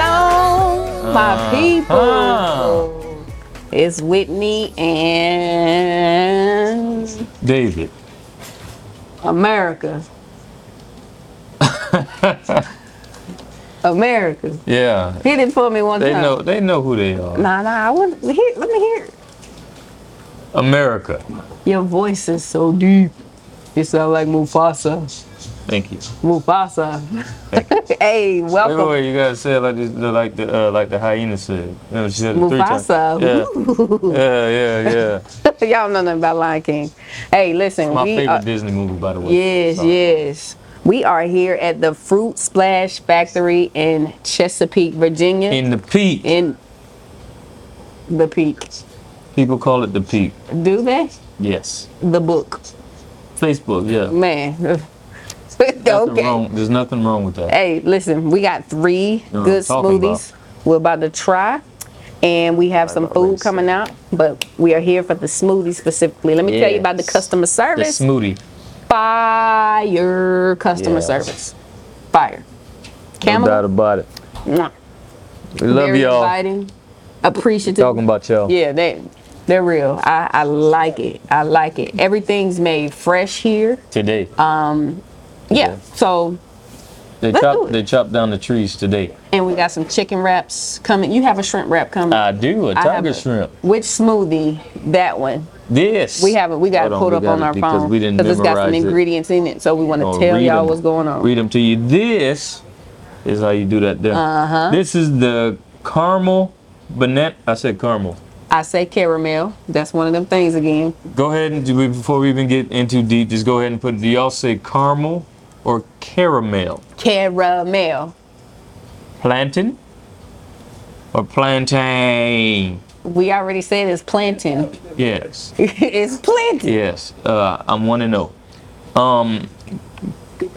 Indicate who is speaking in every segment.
Speaker 1: Uh-huh.
Speaker 2: my people. Oh.
Speaker 1: Ah.
Speaker 2: It's Whitney and
Speaker 1: David.
Speaker 2: America. America.
Speaker 1: Yeah.
Speaker 2: Hit it for me one
Speaker 1: They
Speaker 2: time.
Speaker 1: know they know who they are.
Speaker 2: Nah, nah, I want to hear. Let me hear. it.
Speaker 1: America.
Speaker 2: Your voice is so deep. You sound like Mufasa.
Speaker 1: Thank you.
Speaker 2: Mufasa.
Speaker 1: Thank
Speaker 2: hey,
Speaker 1: Wait, wait,
Speaker 2: welcome.
Speaker 1: wait, you gotta say it like this, like the uh, like the hyena said. No, she said it three times.
Speaker 2: Mufasa.
Speaker 1: Yeah. yeah, yeah, yeah.
Speaker 2: Y'all don't know nothing about Lion King. Hey, listen,
Speaker 1: My
Speaker 2: we
Speaker 1: favorite
Speaker 2: are,
Speaker 1: Disney movie, by the way.
Speaker 2: Yes,
Speaker 1: Sorry.
Speaker 2: yes. We are here at the Fruit Splash Factory in Chesapeake, Virginia. In,
Speaker 1: In the peak,
Speaker 2: the peak.
Speaker 1: people call it the peak.
Speaker 2: Do they?
Speaker 1: Yes.
Speaker 2: The book.
Speaker 1: Facebook, yeah.
Speaker 2: Man.
Speaker 1: Nothing
Speaker 2: okay.
Speaker 1: Wrong. There's nothing wrong with that.
Speaker 2: Hey, listen, we got three
Speaker 1: Know what
Speaker 2: good
Speaker 1: I'm talking
Speaker 2: smoothies. We're about to try. And we have some
Speaker 1: about
Speaker 2: food
Speaker 1: race.
Speaker 2: coming out, but we are here for the smoothie specifically. Let me tell you about the
Speaker 1: Yes.
Speaker 2: customer
Speaker 1: The
Speaker 2: service.
Speaker 1: smoothie.
Speaker 2: Fire customer
Speaker 1: Yes.
Speaker 2: service. Fire.
Speaker 1: No doubt
Speaker 2: Camel.
Speaker 1: about it.
Speaker 2: Mwah.
Speaker 1: We love
Speaker 2: Very
Speaker 1: y'all.
Speaker 2: inviting, appreciative.
Speaker 1: Talking about y'all.
Speaker 2: Yeah, they they're real. I, I like it. I like it. Everything's made fresh here.
Speaker 1: Today.
Speaker 2: Yeah.
Speaker 1: Yeah.
Speaker 2: So
Speaker 1: they
Speaker 2: Uh, let's do it.
Speaker 1: chopped they chopped down the trees today.
Speaker 2: and we got some chicken wraps coming. You have a shrimp wrap coming.
Speaker 1: I do a
Speaker 2: I have
Speaker 1: tiger
Speaker 2: a-
Speaker 1: shrimp.
Speaker 2: Which smoothie? That one.
Speaker 1: This
Speaker 2: We haven't. We got it
Speaker 1: Hold
Speaker 2: pulled
Speaker 1: we
Speaker 2: up on
Speaker 1: got it
Speaker 2: our
Speaker 1: because
Speaker 2: phone
Speaker 1: we didn't
Speaker 2: it's got some
Speaker 1: memorize it.
Speaker 2: ingredients in it. So we want
Speaker 1: Or
Speaker 2: to tell
Speaker 1: read
Speaker 2: y'all
Speaker 1: 'em.
Speaker 2: what's going on.
Speaker 1: Read them to you. This is how you do that. There. Uh-huh. This is the caramel banana. I said caramel.
Speaker 2: I say caramel. That's one of them things again.
Speaker 1: Go ahead and do we- before we even get in too deep, just go ahead and put. Do y'all say caramel or caramel?
Speaker 2: Caramel.
Speaker 1: Plantain or plantain?
Speaker 2: We already said it's plantain.
Speaker 1: Yes.
Speaker 2: it's plantain.
Speaker 1: Yes. Uh, I'm one and zero. Um,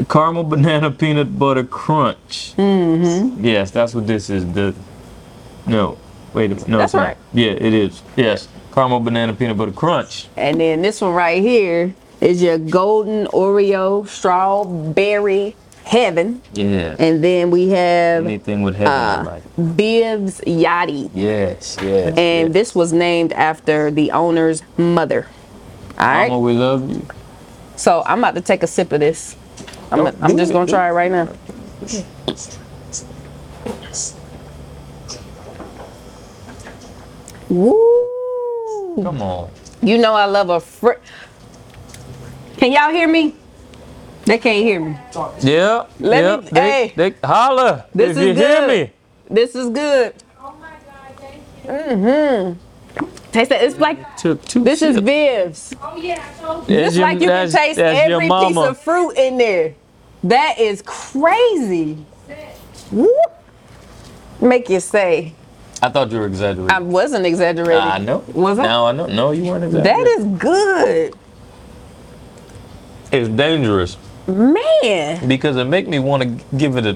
Speaker 1: caramel banana peanut butter crunch. Mm-hmm. Yes, that's what this is. The no, wait a minute. No,
Speaker 2: That's
Speaker 1: it's not.
Speaker 2: right.
Speaker 1: Yeah, it is. Yes, caramel banana peanut butter crunch.
Speaker 2: And then this one right here is your golden Oreo strawberry heaven.
Speaker 1: Yeah.
Speaker 2: And then we have
Speaker 1: Anything with heaven
Speaker 2: uh,
Speaker 1: on like.
Speaker 2: Bibbs Yachty.
Speaker 1: Yes. Yes.
Speaker 2: And
Speaker 1: yes.
Speaker 2: this was named after the owner's mother. All right.
Speaker 1: Mama, we love you.
Speaker 2: so I'm about to take a sip of this. I'm,
Speaker 1: Oh,
Speaker 2: gonna- I'm
Speaker 1: do
Speaker 2: just
Speaker 1: it,
Speaker 2: going to
Speaker 1: do
Speaker 2: try it right now. Woo!
Speaker 1: Come on.
Speaker 2: You know I love a fr. Can y'all hear me? They can't hear me.
Speaker 1: Yeah.
Speaker 2: Let
Speaker 1: yeah.
Speaker 2: me-
Speaker 1: they,
Speaker 2: hey.
Speaker 1: They, holla
Speaker 2: This
Speaker 1: if
Speaker 2: is
Speaker 1: you
Speaker 2: good.
Speaker 1: hear me.
Speaker 2: This is good.
Speaker 3: Oh my God, thank you.
Speaker 2: Taste that. It's like
Speaker 1: Took two.
Speaker 2: this is
Speaker 1: sips.
Speaker 2: Viv's.
Speaker 3: Oh yeah, I told you.
Speaker 1: That's
Speaker 2: It's
Speaker 1: your-
Speaker 2: like you can
Speaker 1: that's-
Speaker 2: taste
Speaker 1: that's your
Speaker 2: every piece
Speaker 1: mama.
Speaker 2: of fruit in there. That is crazy. Woo. Make you say
Speaker 1: I thought you were exaggerating.
Speaker 2: I wasn't exaggerating.
Speaker 1: I know.
Speaker 2: Was I?
Speaker 1: Now I know. No, you weren't exaggerating.
Speaker 2: That is good,
Speaker 1: It's dangerous
Speaker 2: man.
Speaker 1: because it make me want to give it a.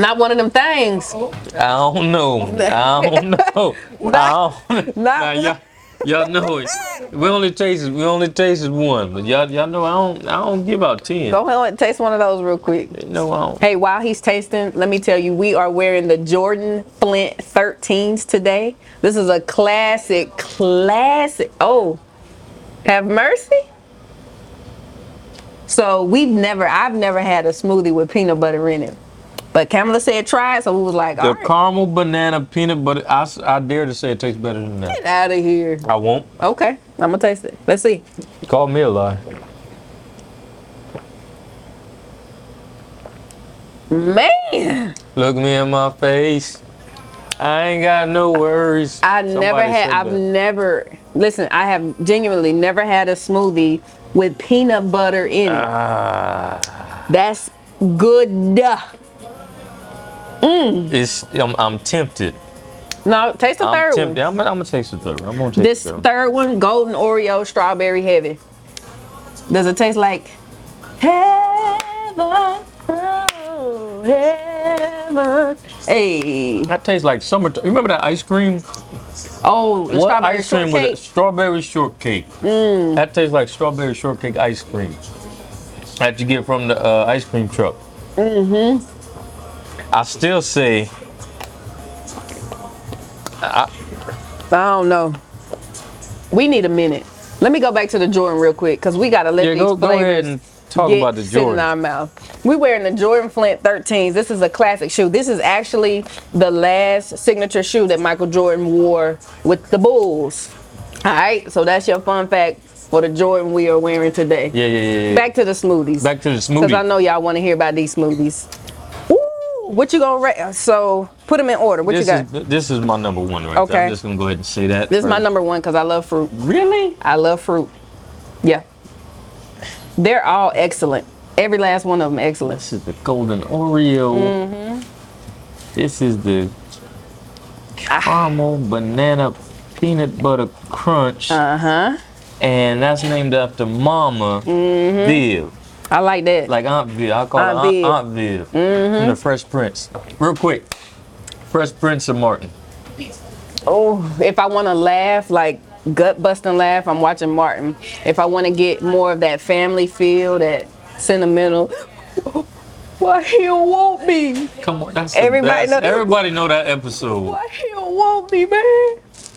Speaker 2: Not one of them things.
Speaker 1: I don't know. I don't know. I don't. Nah,
Speaker 2: Not
Speaker 1: y'all, y'all know it. We only tasted. We only tasted one, but y'all, y'all know I don't. I don't give out ten.
Speaker 2: Go ahead and taste one of those real quick.
Speaker 1: No, I don't.
Speaker 2: Hey, while he's tasting, let me tell you, we are wearing the Jordan Flint 13s today. This is a classic, classic. Oh, have mercy. So we've never, I've never had a smoothie with peanut butter in it. But Kamala said try it, so we was like, all
Speaker 1: The
Speaker 2: right,
Speaker 1: caramel banana peanut butter. I, s- I dare to say it tastes better than that.
Speaker 2: get out of here.
Speaker 1: I won't.
Speaker 2: Okay, I'm gonna taste it. Let's see.
Speaker 1: Call me a liar.
Speaker 2: Man,
Speaker 1: Look me in my face. I ain't got no worries.
Speaker 2: I never
Speaker 1: Somebody
Speaker 2: had,
Speaker 1: said
Speaker 2: I've
Speaker 1: that.
Speaker 2: never, listen, I have genuinely never had a smoothie with peanut butter in it.
Speaker 1: Ah.
Speaker 2: That's good. No,
Speaker 1: It's, I'm, I'm tempted.
Speaker 2: taste the third
Speaker 1: I'm
Speaker 2: one.
Speaker 1: tempted. I'm, gonna- I'm gonna taste the third one. I'm gonna taste
Speaker 2: This
Speaker 1: the third one.
Speaker 2: third one, golden Oreo strawberry heavy. Does it taste like heaven? Oh, heaven. Hey.
Speaker 1: That tastes like summertime. Remember that ice cream?
Speaker 2: Oh, the
Speaker 1: What
Speaker 2: strawberry
Speaker 1: ice cream was
Speaker 2: shortcake.
Speaker 1: it?
Speaker 2: Mm.
Speaker 1: Strawberry shortcake. That tastes like strawberry shortcake ice cream that you get from the uh, ice cream truck. Mm-hmm. I still say
Speaker 2: I don't know. We need a minute. Let me go back to the Jordan real quick because we gotta let
Speaker 1: Yeah,
Speaker 2: these
Speaker 1: go, go
Speaker 2: flavors
Speaker 1: ahead and talk
Speaker 2: get-
Speaker 1: about the
Speaker 2: sit in
Speaker 1: Jordan.
Speaker 2: our mouth. We wearing the Jordan Flint 13s. This is a classic shoe. This is actually the last signature shoe that Michael Jordan wore with the Bulls. All right, so that's your fun fact for the Jordan we are wearing today.
Speaker 1: Yeah, yeah, yeah. yeah.
Speaker 2: Back to the smoothies.
Speaker 1: Back to the
Speaker 2: Because I
Speaker 1: smoothie.
Speaker 2: know y'all want to hear about these smoothies. Ooh, what you gonna rate? So put them in order. What
Speaker 1: This
Speaker 2: you got?
Speaker 1: is, this is my number one right there.
Speaker 2: Okay.
Speaker 1: I'm just gonna go ahead and say that.
Speaker 2: this is my
Speaker 1: first.
Speaker 2: number one because I love fruit.
Speaker 1: Really?
Speaker 2: I love fruit. Yeah. They're all excellent. Every last one of them excellent.
Speaker 1: This is the golden Oreo.
Speaker 2: Mm-hmm.
Speaker 1: This is the caramel banana peanut butter crunch,
Speaker 2: Uh huh.
Speaker 1: and that's named after Mama Viv,
Speaker 2: I like that.
Speaker 1: like Aunt Viv. I call
Speaker 2: Mm-hmm. Aunt Mm-hmm.
Speaker 1: her Aunt
Speaker 2: Viv.
Speaker 1: Aunt Viv from the Fresh Prince. Real quick, Fresh Prince of Martin.
Speaker 2: oh, if I want to laugh, like gut busting laugh, I'm watching Martin. If I want to get more of that family feel, that sentimental, why he don't want me?
Speaker 1: Come on, that's
Speaker 2: Everybody
Speaker 1: everybody.
Speaker 2: know-
Speaker 1: Know, everybody know that episode.
Speaker 2: Why he don't want me, man?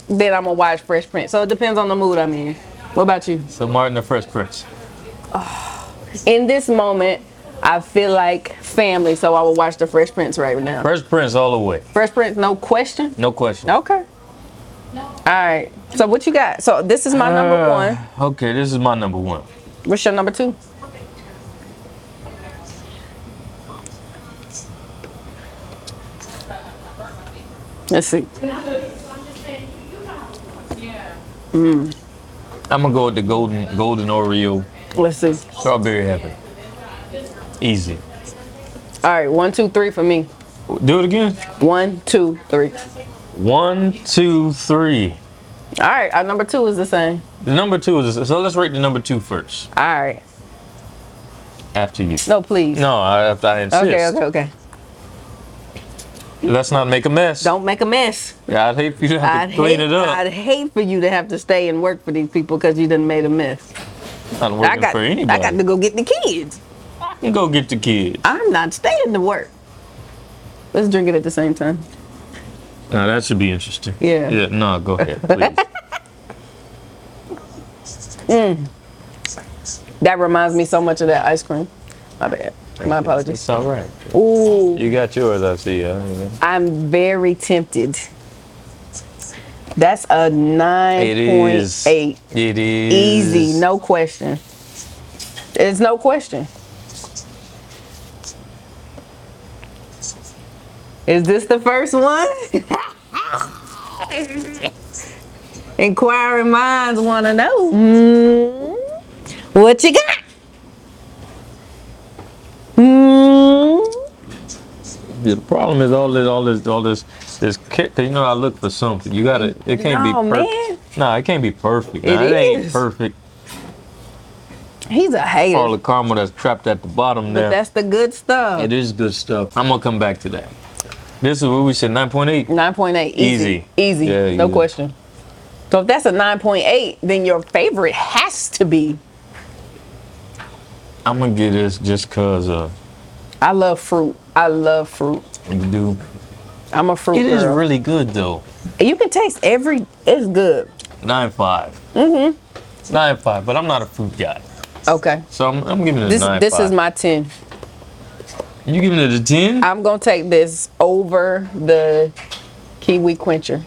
Speaker 2: Then I'm gonna watch Fresh Prince. So it depends on the mood I'm in. What about you?
Speaker 1: So Martin the Fresh Prince.
Speaker 2: In this moment, I feel like family, so I will watch the Fresh Prince right now.
Speaker 1: Fresh Prince all the way.
Speaker 2: Fresh Prince, no question.
Speaker 1: No question.
Speaker 2: Okay. All right. So what you got? So this is my number
Speaker 1: Uh,
Speaker 2: one.
Speaker 1: Okay, this is my number one.
Speaker 2: What's your number two? Let's see.
Speaker 1: I'm gonna go with the golden golden Oreo
Speaker 2: Let's see.
Speaker 1: strawberry heaven. Easy.
Speaker 2: All right. One, two, three for me.
Speaker 1: Do it again.
Speaker 2: One, two, three.
Speaker 1: One, two, three.
Speaker 2: All right. Our number two is the same.
Speaker 1: The number two is so. Let's rate the number two first.
Speaker 2: All right.
Speaker 1: After you.
Speaker 2: No, please.
Speaker 1: No, I, I insist.
Speaker 2: okay. Okay. Okay.
Speaker 1: Let's not make a mess.
Speaker 2: Don't make a mess.
Speaker 1: I'd hate for you to
Speaker 2: I'd
Speaker 1: have to clean
Speaker 2: hate,
Speaker 1: it up.
Speaker 2: I'd hate for you to have to stay and work for these people because you done made a mess.
Speaker 1: not working
Speaker 2: I got,
Speaker 1: for
Speaker 2: I
Speaker 1: anybody.
Speaker 2: got to go get the kids.
Speaker 1: Go get the kid.
Speaker 2: I'm not staying to work. Let's drink it at the same time.
Speaker 1: Now that should be interesting.
Speaker 2: Yeah.
Speaker 1: Yeah. No, go ahead, please.
Speaker 2: That reminds me so much of that ice cream. My bad. My apologies.
Speaker 1: it's all right.
Speaker 2: Ooh,
Speaker 1: You got yours. I see. I don't know.
Speaker 2: I'm very tempted. That's a
Speaker 1: It
Speaker 2: 9.8.
Speaker 1: is. It is
Speaker 2: Easy, no question. It's no question. Is this the first one? Inquiring minds want to know. Mm-hmm. What you got? Mm.
Speaker 1: The problem is all this, all this, all this, this kit. Cause you know, I look for something. You gotta. It can't
Speaker 2: No,
Speaker 1: be
Speaker 2: man.
Speaker 1: perfect. No, it can't be perfect.
Speaker 2: It
Speaker 1: Nah, it ain't
Speaker 2: is.
Speaker 1: perfect.
Speaker 2: He's a hater.
Speaker 1: All the caramel that's trapped at the bottom
Speaker 2: but
Speaker 1: there.
Speaker 2: that's the good stuff.
Speaker 1: it is good stuff. I'm gonna come back to that. This is what we said. 9.8.
Speaker 2: 9.8. Easy.
Speaker 1: Easy.
Speaker 2: Easy.
Speaker 1: Yeah,
Speaker 2: no
Speaker 1: easy.
Speaker 2: question. So if that's a 9.8, then your favorite has to be.
Speaker 1: I'm gonna get this just cause uh,
Speaker 2: I love fruit. I love fruit.
Speaker 1: you do.
Speaker 2: I'm a fruit
Speaker 1: It is
Speaker 2: girl.
Speaker 1: really good though.
Speaker 2: you can taste every. It's good.
Speaker 1: Nine five. Mm-hmm. Nine five. But I'm not a food guy,
Speaker 2: Okay.
Speaker 1: so I'm, I'm giving it a
Speaker 2: This
Speaker 1: nine
Speaker 2: this
Speaker 1: five.
Speaker 2: is my 10.
Speaker 1: You giving it a ten?
Speaker 2: I'm gonna take this over the kiwi quencher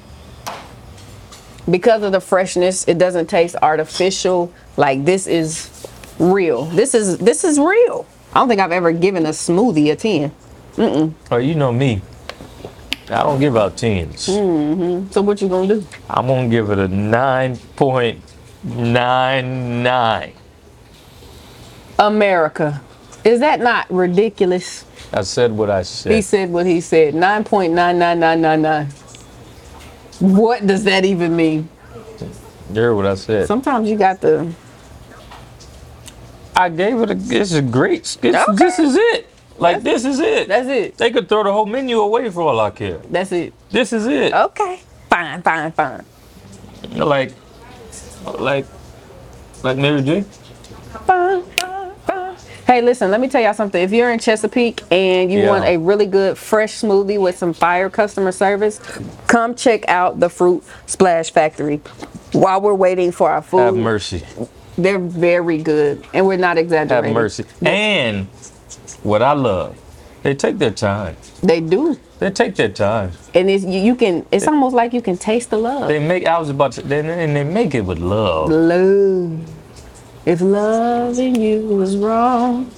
Speaker 2: because of the freshness. It doesn't taste artificial. Like this is real. This is this is real. I don't think I've ever given a smoothie a 10.
Speaker 1: Oh, you know me. I don't give out tens.
Speaker 2: Mm-hmm. So what you gonna do?
Speaker 1: I'm gonna give it a 9.99.
Speaker 2: America. Is that not ridiculous?
Speaker 1: I said what I
Speaker 2: He
Speaker 1: said.
Speaker 2: said what he said. 9.99999. What does that even mean?
Speaker 1: You heard what I said.
Speaker 2: Sometimes you got the
Speaker 1: I gave it a. This is great. This,
Speaker 2: Okay.
Speaker 1: this is it. Like this is it.
Speaker 2: that's it.
Speaker 1: They could throw the whole menu away for all I care.
Speaker 2: That's it.
Speaker 1: This is it.
Speaker 2: Okay. Fine, fine, fine.
Speaker 1: Like, like, like Mary J.
Speaker 2: Fine, fine, fine. Hey, listen, let me tell y'all something. If you're in Chesapeake and you
Speaker 1: Yeah.
Speaker 2: want a really good fresh smoothie with some fire customer service, come check out the Fruit Splash Factory. While we're waiting for our food,
Speaker 1: Have mercy.
Speaker 2: they're very good, and we're not
Speaker 1: Have
Speaker 2: exaggerating.
Speaker 1: mercy. And what I love, they take their time.
Speaker 2: They do,
Speaker 1: They take their time.
Speaker 2: and it's you, you can. It's almost like you can taste the love.
Speaker 1: They make. I was about to. They, and they make it with love.
Speaker 2: love. If loving you was wrong,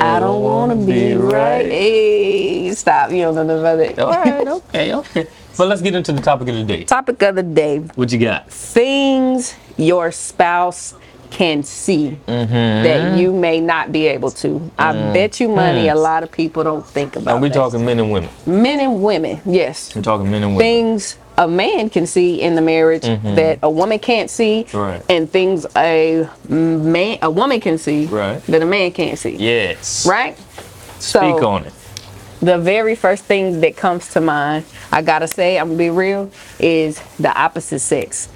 Speaker 2: I don't wanna be
Speaker 1: Be
Speaker 2: right.
Speaker 1: right.
Speaker 2: Hey, stop. You don't know the verdict. All right. okay.
Speaker 1: okay, okay. But let's get into the topic of the day.
Speaker 2: Topic of the day:
Speaker 1: What you got?
Speaker 2: things your spouse can see that you may not be able to. I bet you money a lot of people don't think about.
Speaker 1: Are we
Speaker 2: that.
Speaker 1: talking men and women?
Speaker 2: men and women? Yes.
Speaker 1: We're talking men and women.
Speaker 2: things a man can see in the marriage that a woman can't see,
Speaker 1: Mm-hmm. Right.
Speaker 2: and things a man a woman can see
Speaker 1: Right.
Speaker 2: that a man can't see.
Speaker 1: Yes.
Speaker 2: Right.
Speaker 1: Speak
Speaker 2: so
Speaker 1: on it.
Speaker 2: the very first thing that comes to mind, I gotta say, I'm gonna be real, is the opposite sex.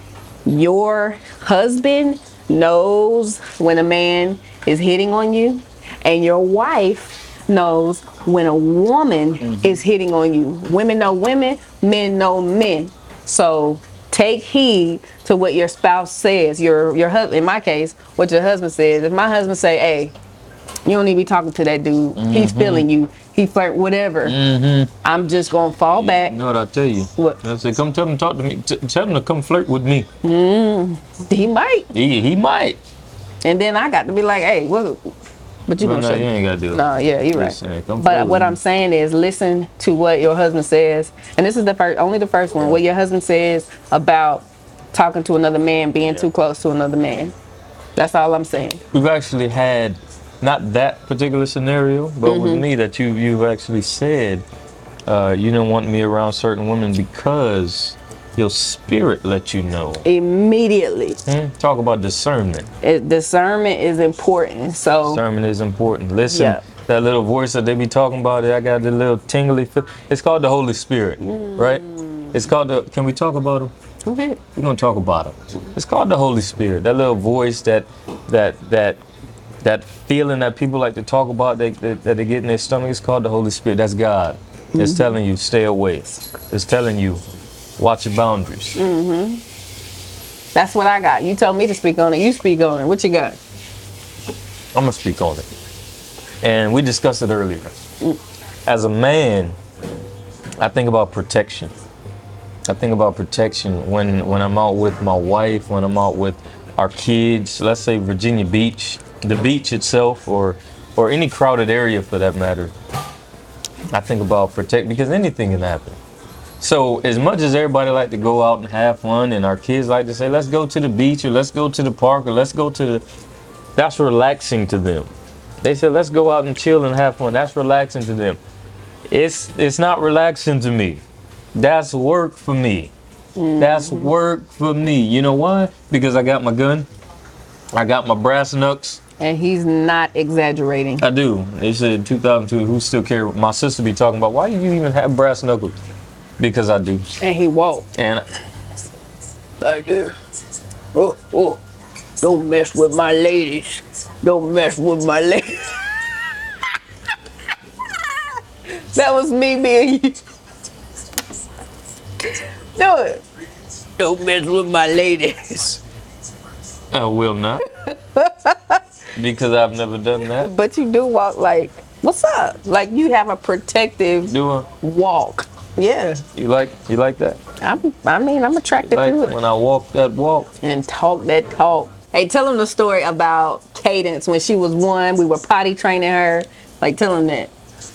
Speaker 2: Your husband knows when a man is hitting on you, and your wife knows when a woman is hitting on you. Women know women, men know men. So take heed to what your spouse says. Your your husband, in my case, what your husband says. If my husband say, "Hey, you don't need to be talking to that dude. He's feeling you. He flirt whatever. I'm just gonna fall back.
Speaker 1: You know what I tell you?
Speaker 2: What?
Speaker 1: I say, come tell him, talk to me. T- tell him to come flirt with me.
Speaker 2: He might,
Speaker 1: He, he might.
Speaker 2: and then I got to be like, hey, what? But you
Speaker 1: But
Speaker 2: gonna
Speaker 1: no,
Speaker 2: shut
Speaker 1: you ain't gotta do it.
Speaker 2: No, yeah, you're right.
Speaker 1: Listen, come
Speaker 2: but
Speaker 1: forward.
Speaker 2: what I'm saying is, listen to what your husband says, and this is the first, only the first one. What your husband says about talking to another man, being too close to another man. That's all I'm saying.
Speaker 1: We've actually had not that particular scenario, but
Speaker 2: Mm-hmm.
Speaker 1: with me that you you've actually said uh, you didn't want me around certain women because your spirit let you know.
Speaker 2: Immediately,
Speaker 1: Hmm? Talk about discernment.
Speaker 2: It- discernment is important. So
Speaker 1: Discernment is important. Listen,
Speaker 2: Yeah.
Speaker 1: that little voice that they be talking about, I got the little tingly. Feel. It's called the Holy Spirit, right? It's called the. Can we talk about him?
Speaker 2: go ahead.
Speaker 1: we're gonna talk about it. It's called the Holy Spirit. That little voice, that that that that feeling that people like to talk about that that, that they get in their stomach. It's called the Holy Spirit. That's God. It's telling you stay away. It's telling you watch your boundaries.
Speaker 2: That's what I got. You told me to speak on it. You speak on it. What you got?
Speaker 1: I'm gonna speak on it. And we discussed it earlier. As a man, I think about protection. I think about protection when when I'm out with my wife, when I'm out with our kids. Let's say Virginia Beach, the beach itself, or or any crowded area for that matter. I think about protect because anything can happen. So as much as everybody like to go out and have fun, and our kids like to say, "Let's go to the beach," or "Let's go to the park," or "Let's go to the," that's relaxing to them. They said, "Let's go out and chill and have fun." That's relaxing to them. It's it's not relaxing to me. That's work for me. That's work for me. You know why? Because I got my gun. I got my brass knucks.
Speaker 2: And he's not exaggerating.
Speaker 1: I do. They said 2002. Who still care? My sister be talking about why do you even have brass knuckles? Because I do.
Speaker 2: And he walked.
Speaker 1: And
Speaker 2: Like this. Oh, oh. Don't mess with my ladies. Don't mess with my ladies. that was me being you. Do it. Don't mess with my ladies.
Speaker 1: I will not. because I've never done that.
Speaker 2: But you do walk like, what's up? Like you have a protective
Speaker 1: Do I?
Speaker 2: walk. Yeah.
Speaker 1: You like you like that?
Speaker 2: I'm, I mean, I'm attracted
Speaker 1: Like
Speaker 2: to it.
Speaker 1: when I walk that walk.
Speaker 2: and talk that talk. Hey, tell them the story about Cadence when she was one. We were potty training her. Like, tell them that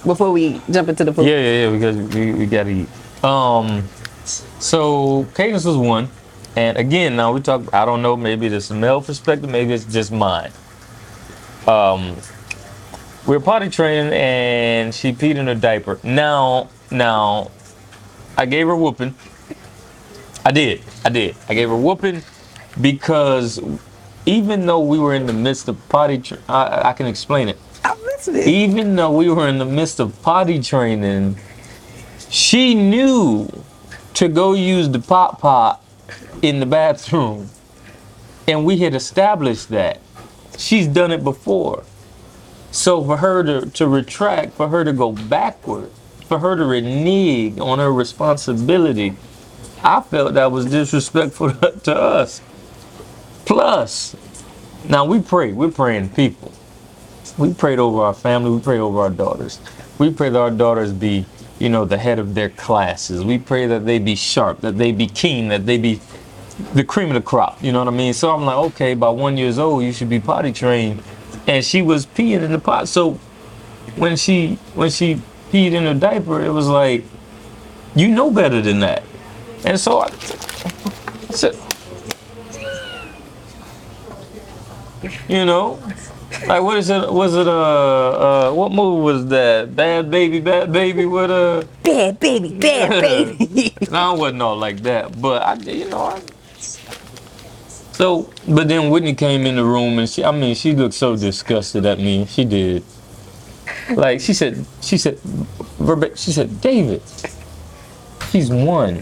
Speaker 2: before we jump into the food.
Speaker 1: Yeah, yeah, yeah. Because we, we gotta eat. Um, so Cadence was one, and again, now we talk. I don't know. Maybe it's a male perspective. Maybe it's just mine. Um, we were potty training, and she peed in her diaper. Now, now, I gave her a whooping. I did. I did. I gave her a whooping because even though we were in the midst of potty, tra- I, I- I can explain it
Speaker 2: I'm listening.
Speaker 1: even though we were in the midst of potty training, she knew to go use the pot pot in the bathroom. And we had established that. She's done it before. So for her to, to retract, for her to go backward, for her to renege on her responsibility, I felt that was disrespectful to to us. Plus, now we pray, we're praying people. We prayed over our family, we prayed over our daughters. We pray that our daughters be, you know, the head of their classes. We pray that they be sharp, that they be keen, that they be the cream of the crop. You know what I mean? So I'm like, okay, by one years old, you should be potty trained, and she was peeing in the pot. So when she when she peed in her diaper, it was like, you know better than that. And so I, so- you know, like what is it? Was it uh, uh what movie was that? Bad baby, bad baby with a.
Speaker 2: Bad baby, bad baby.
Speaker 1: no, I wasn't all like that, but I, you know, I. So, but then Whitney came in the room and she, I mean, she looked so disgusted at me. She did. Like she said, she said, verba- she said, David, he's one.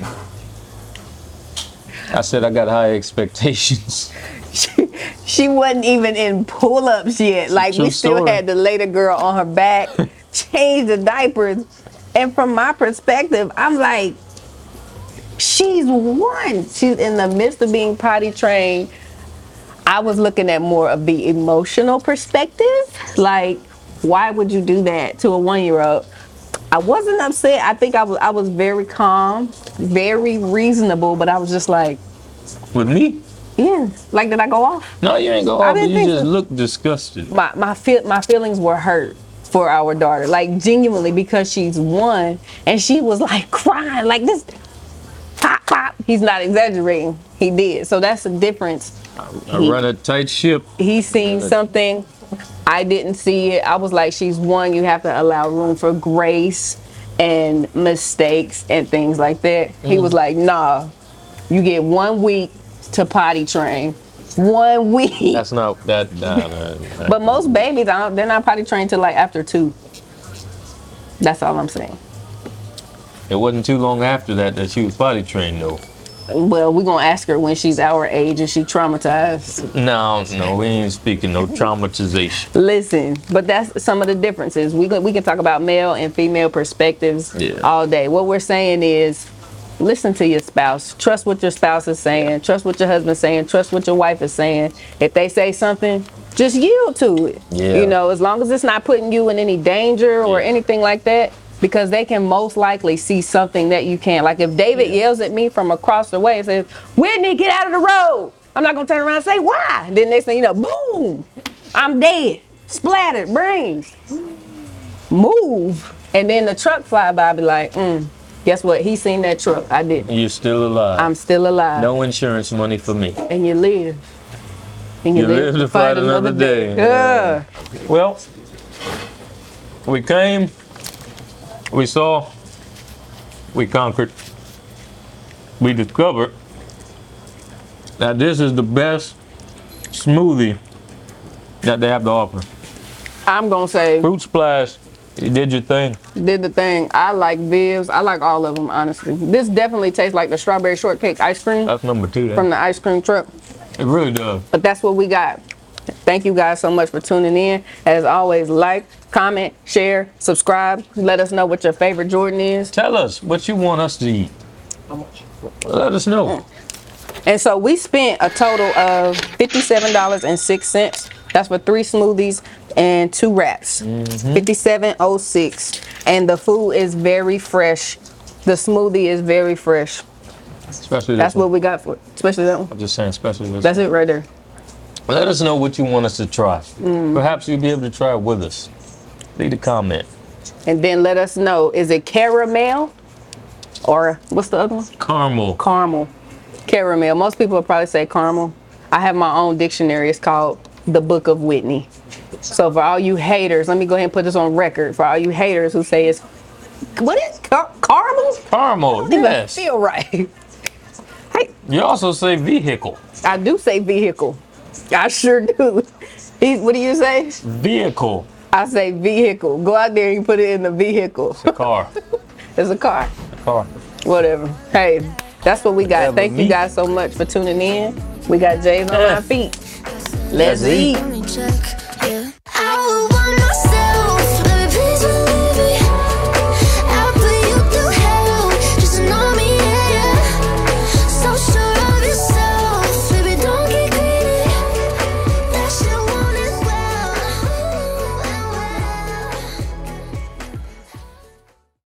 Speaker 1: I said I got high expectations.
Speaker 2: she, she wasn't even in pull-ups yet. Like
Speaker 1: true
Speaker 2: we still
Speaker 1: story.
Speaker 2: had to lay the girl on her back, change the diapers, and from my perspective, I'm like, she's one. She's in the midst of being potty trained. I was looking at more of the emotional perspective. Like, why would you do that to a one-year-old? I wasn't upset. I think I was I was very calm, very reasonable, but I was just like,
Speaker 1: With me?
Speaker 2: yeah. Like, did I go off?
Speaker 1: No, you ain't go
Speaker 2: I
Speaker 1: off. but
Speaker 2: didn't
Speaker 1: You
Speaker 2: think
Speaker 1: just
Speaker 2: so.
Speaker 1: look disgusted.
Speaker 2: my my feel my feelings were hurt for our daughter, like genuinely because she's one and she was like crying like this. Pop pop. He's not exaggerating. He did. So that's the difference.
Speaker 1: I run a tight ship.
Speaker 2: He seen something. I didn't see it. I was like, she's one. You have to allow room for grace and mistakes and things like that. He was like, nah, you get one week to potty train. One week.
Speaker 1: That's not that. Nah, nah, nah.
Speaker 2: But most babies, I don't, they're not potty trained till like after two. That's all I'm saying.
Speaker 1: it wasn't too long after that that she was potty trained though.
Speaker 2: Well, we're gonna ask her when she's our age and she traumatized.
Speaker 1: No, no, we ain't speaking no traumatization.
Speaker 2: Listen, but that's some of the differences. We can, we can talk about male and female perspectives
Speaker 1: Yeah.
Speaker 2: all day. What we're saying is, listen to your spouse. Trust what your spouse is saying. Trust what your husband's saying. Trust what your wife is saying. If they say something, just yield to it.
Speaker 1: Yeah.
Speaker 2: You know, as long as it's not putting you in any danger or
Speaker 1: Yeah.
Speaker 2: anything like that, because they can most likely see something that you can't. Like if David
Speaker 1: Yeah.
Speaker 2: yells at me from across the way and says, Whitney, get out of the road. I'm not gonna turn around and say why. Then next thing you know, boom, I'm dead, splattered, brains. Move. And then the truck fly by, I be like, mm, guess what? He seen that truck. I didn't.
Speaker 1: You're still alive.
Speaker 2: I'm still alive.
Speaker 1: no insurance money for me.
Speaker 2: And you live. And
Speaker 1: You live to fight another day.
Speaker 2: Yeah.
Speaker 1: Well, we came, we saw, we conquered, we discovered that this is the best smoothie that they have to offer.
Speaker 2: I'm gonna say
Speaker 1: Fruit Splash, you did your thing.
Speaker 2: did the thing. I like Viv's. I like all of them, honestly. This definitely tastes like the strawberry shortcake ice cream
Speaker 1: That's number two.
Speaker 2: from
Speaker 1: Then.
Speaker 2: the ice cream truck.
Speaker 1: It really does.
Speaker 2: But that's what we got. Thank you guys so much for tuning in. As always, like, comment, share, subscribe. Let us know what your favorite Jordan is.
Speaker 1: Tell us what you want us to eat. Let us know.
Speaker 2: And so we spent a total of $57.06. That's for three smoothies and two wraps. 5706. And the food is very fresh. The smoothie is very fresh.
Speaker 1: Especially
Speaker 2: That's
Speaker 1: this one.
Speaker 2: what we got for especially that one.
Speaker 1: I'm just saying, especially this.
Speaker 2: That's it right there.
Speaker 1: Let us know what you want us to try.
Speaker 2: Mm.
Speaker 1: Perhaps you'll be able to try it with us. Leave a comment.
Speaker 2: And then let us know is it caramel or what's the other one?
Speaker 1: Caramel.
Speaker 2: Caramel. Caramel. Most people would probably say caramel. I have my own dictionary. It's called The Book of Whitney. So for all you haters, let me go ahead and put this on record. For all you haters who say it's what is car- caramel?
Speaker 1: Caramel.
Speaker 2: Don't even
Speaker 1: Yes.
Speaker 2: Feel right. Hey,
Speaker 1: You also say vehicle.
Speaker 2: I do say vehicle. I sure do. He- What do you say?
Speaker 1: Vehicle.
Speaker 2: I say vehicle. Go out there and put it in the vehicle.
Speaker 1: The car.
Speaker 2: It's a car.
Speaker 1: car.
Speaker 2: Whatever. Hey, that's what we
Speaker 1: Yeah,
Speaker 2: got.
Speaker 1: but
Speaker 2: Thank
Speaker 1: me-
Speaker 2: you guys so much for tuning in. We got Jay's on our feet. Let's
Speaker 1: Let's eat.
Speaker 2: eat.
Speaker 4: Let me check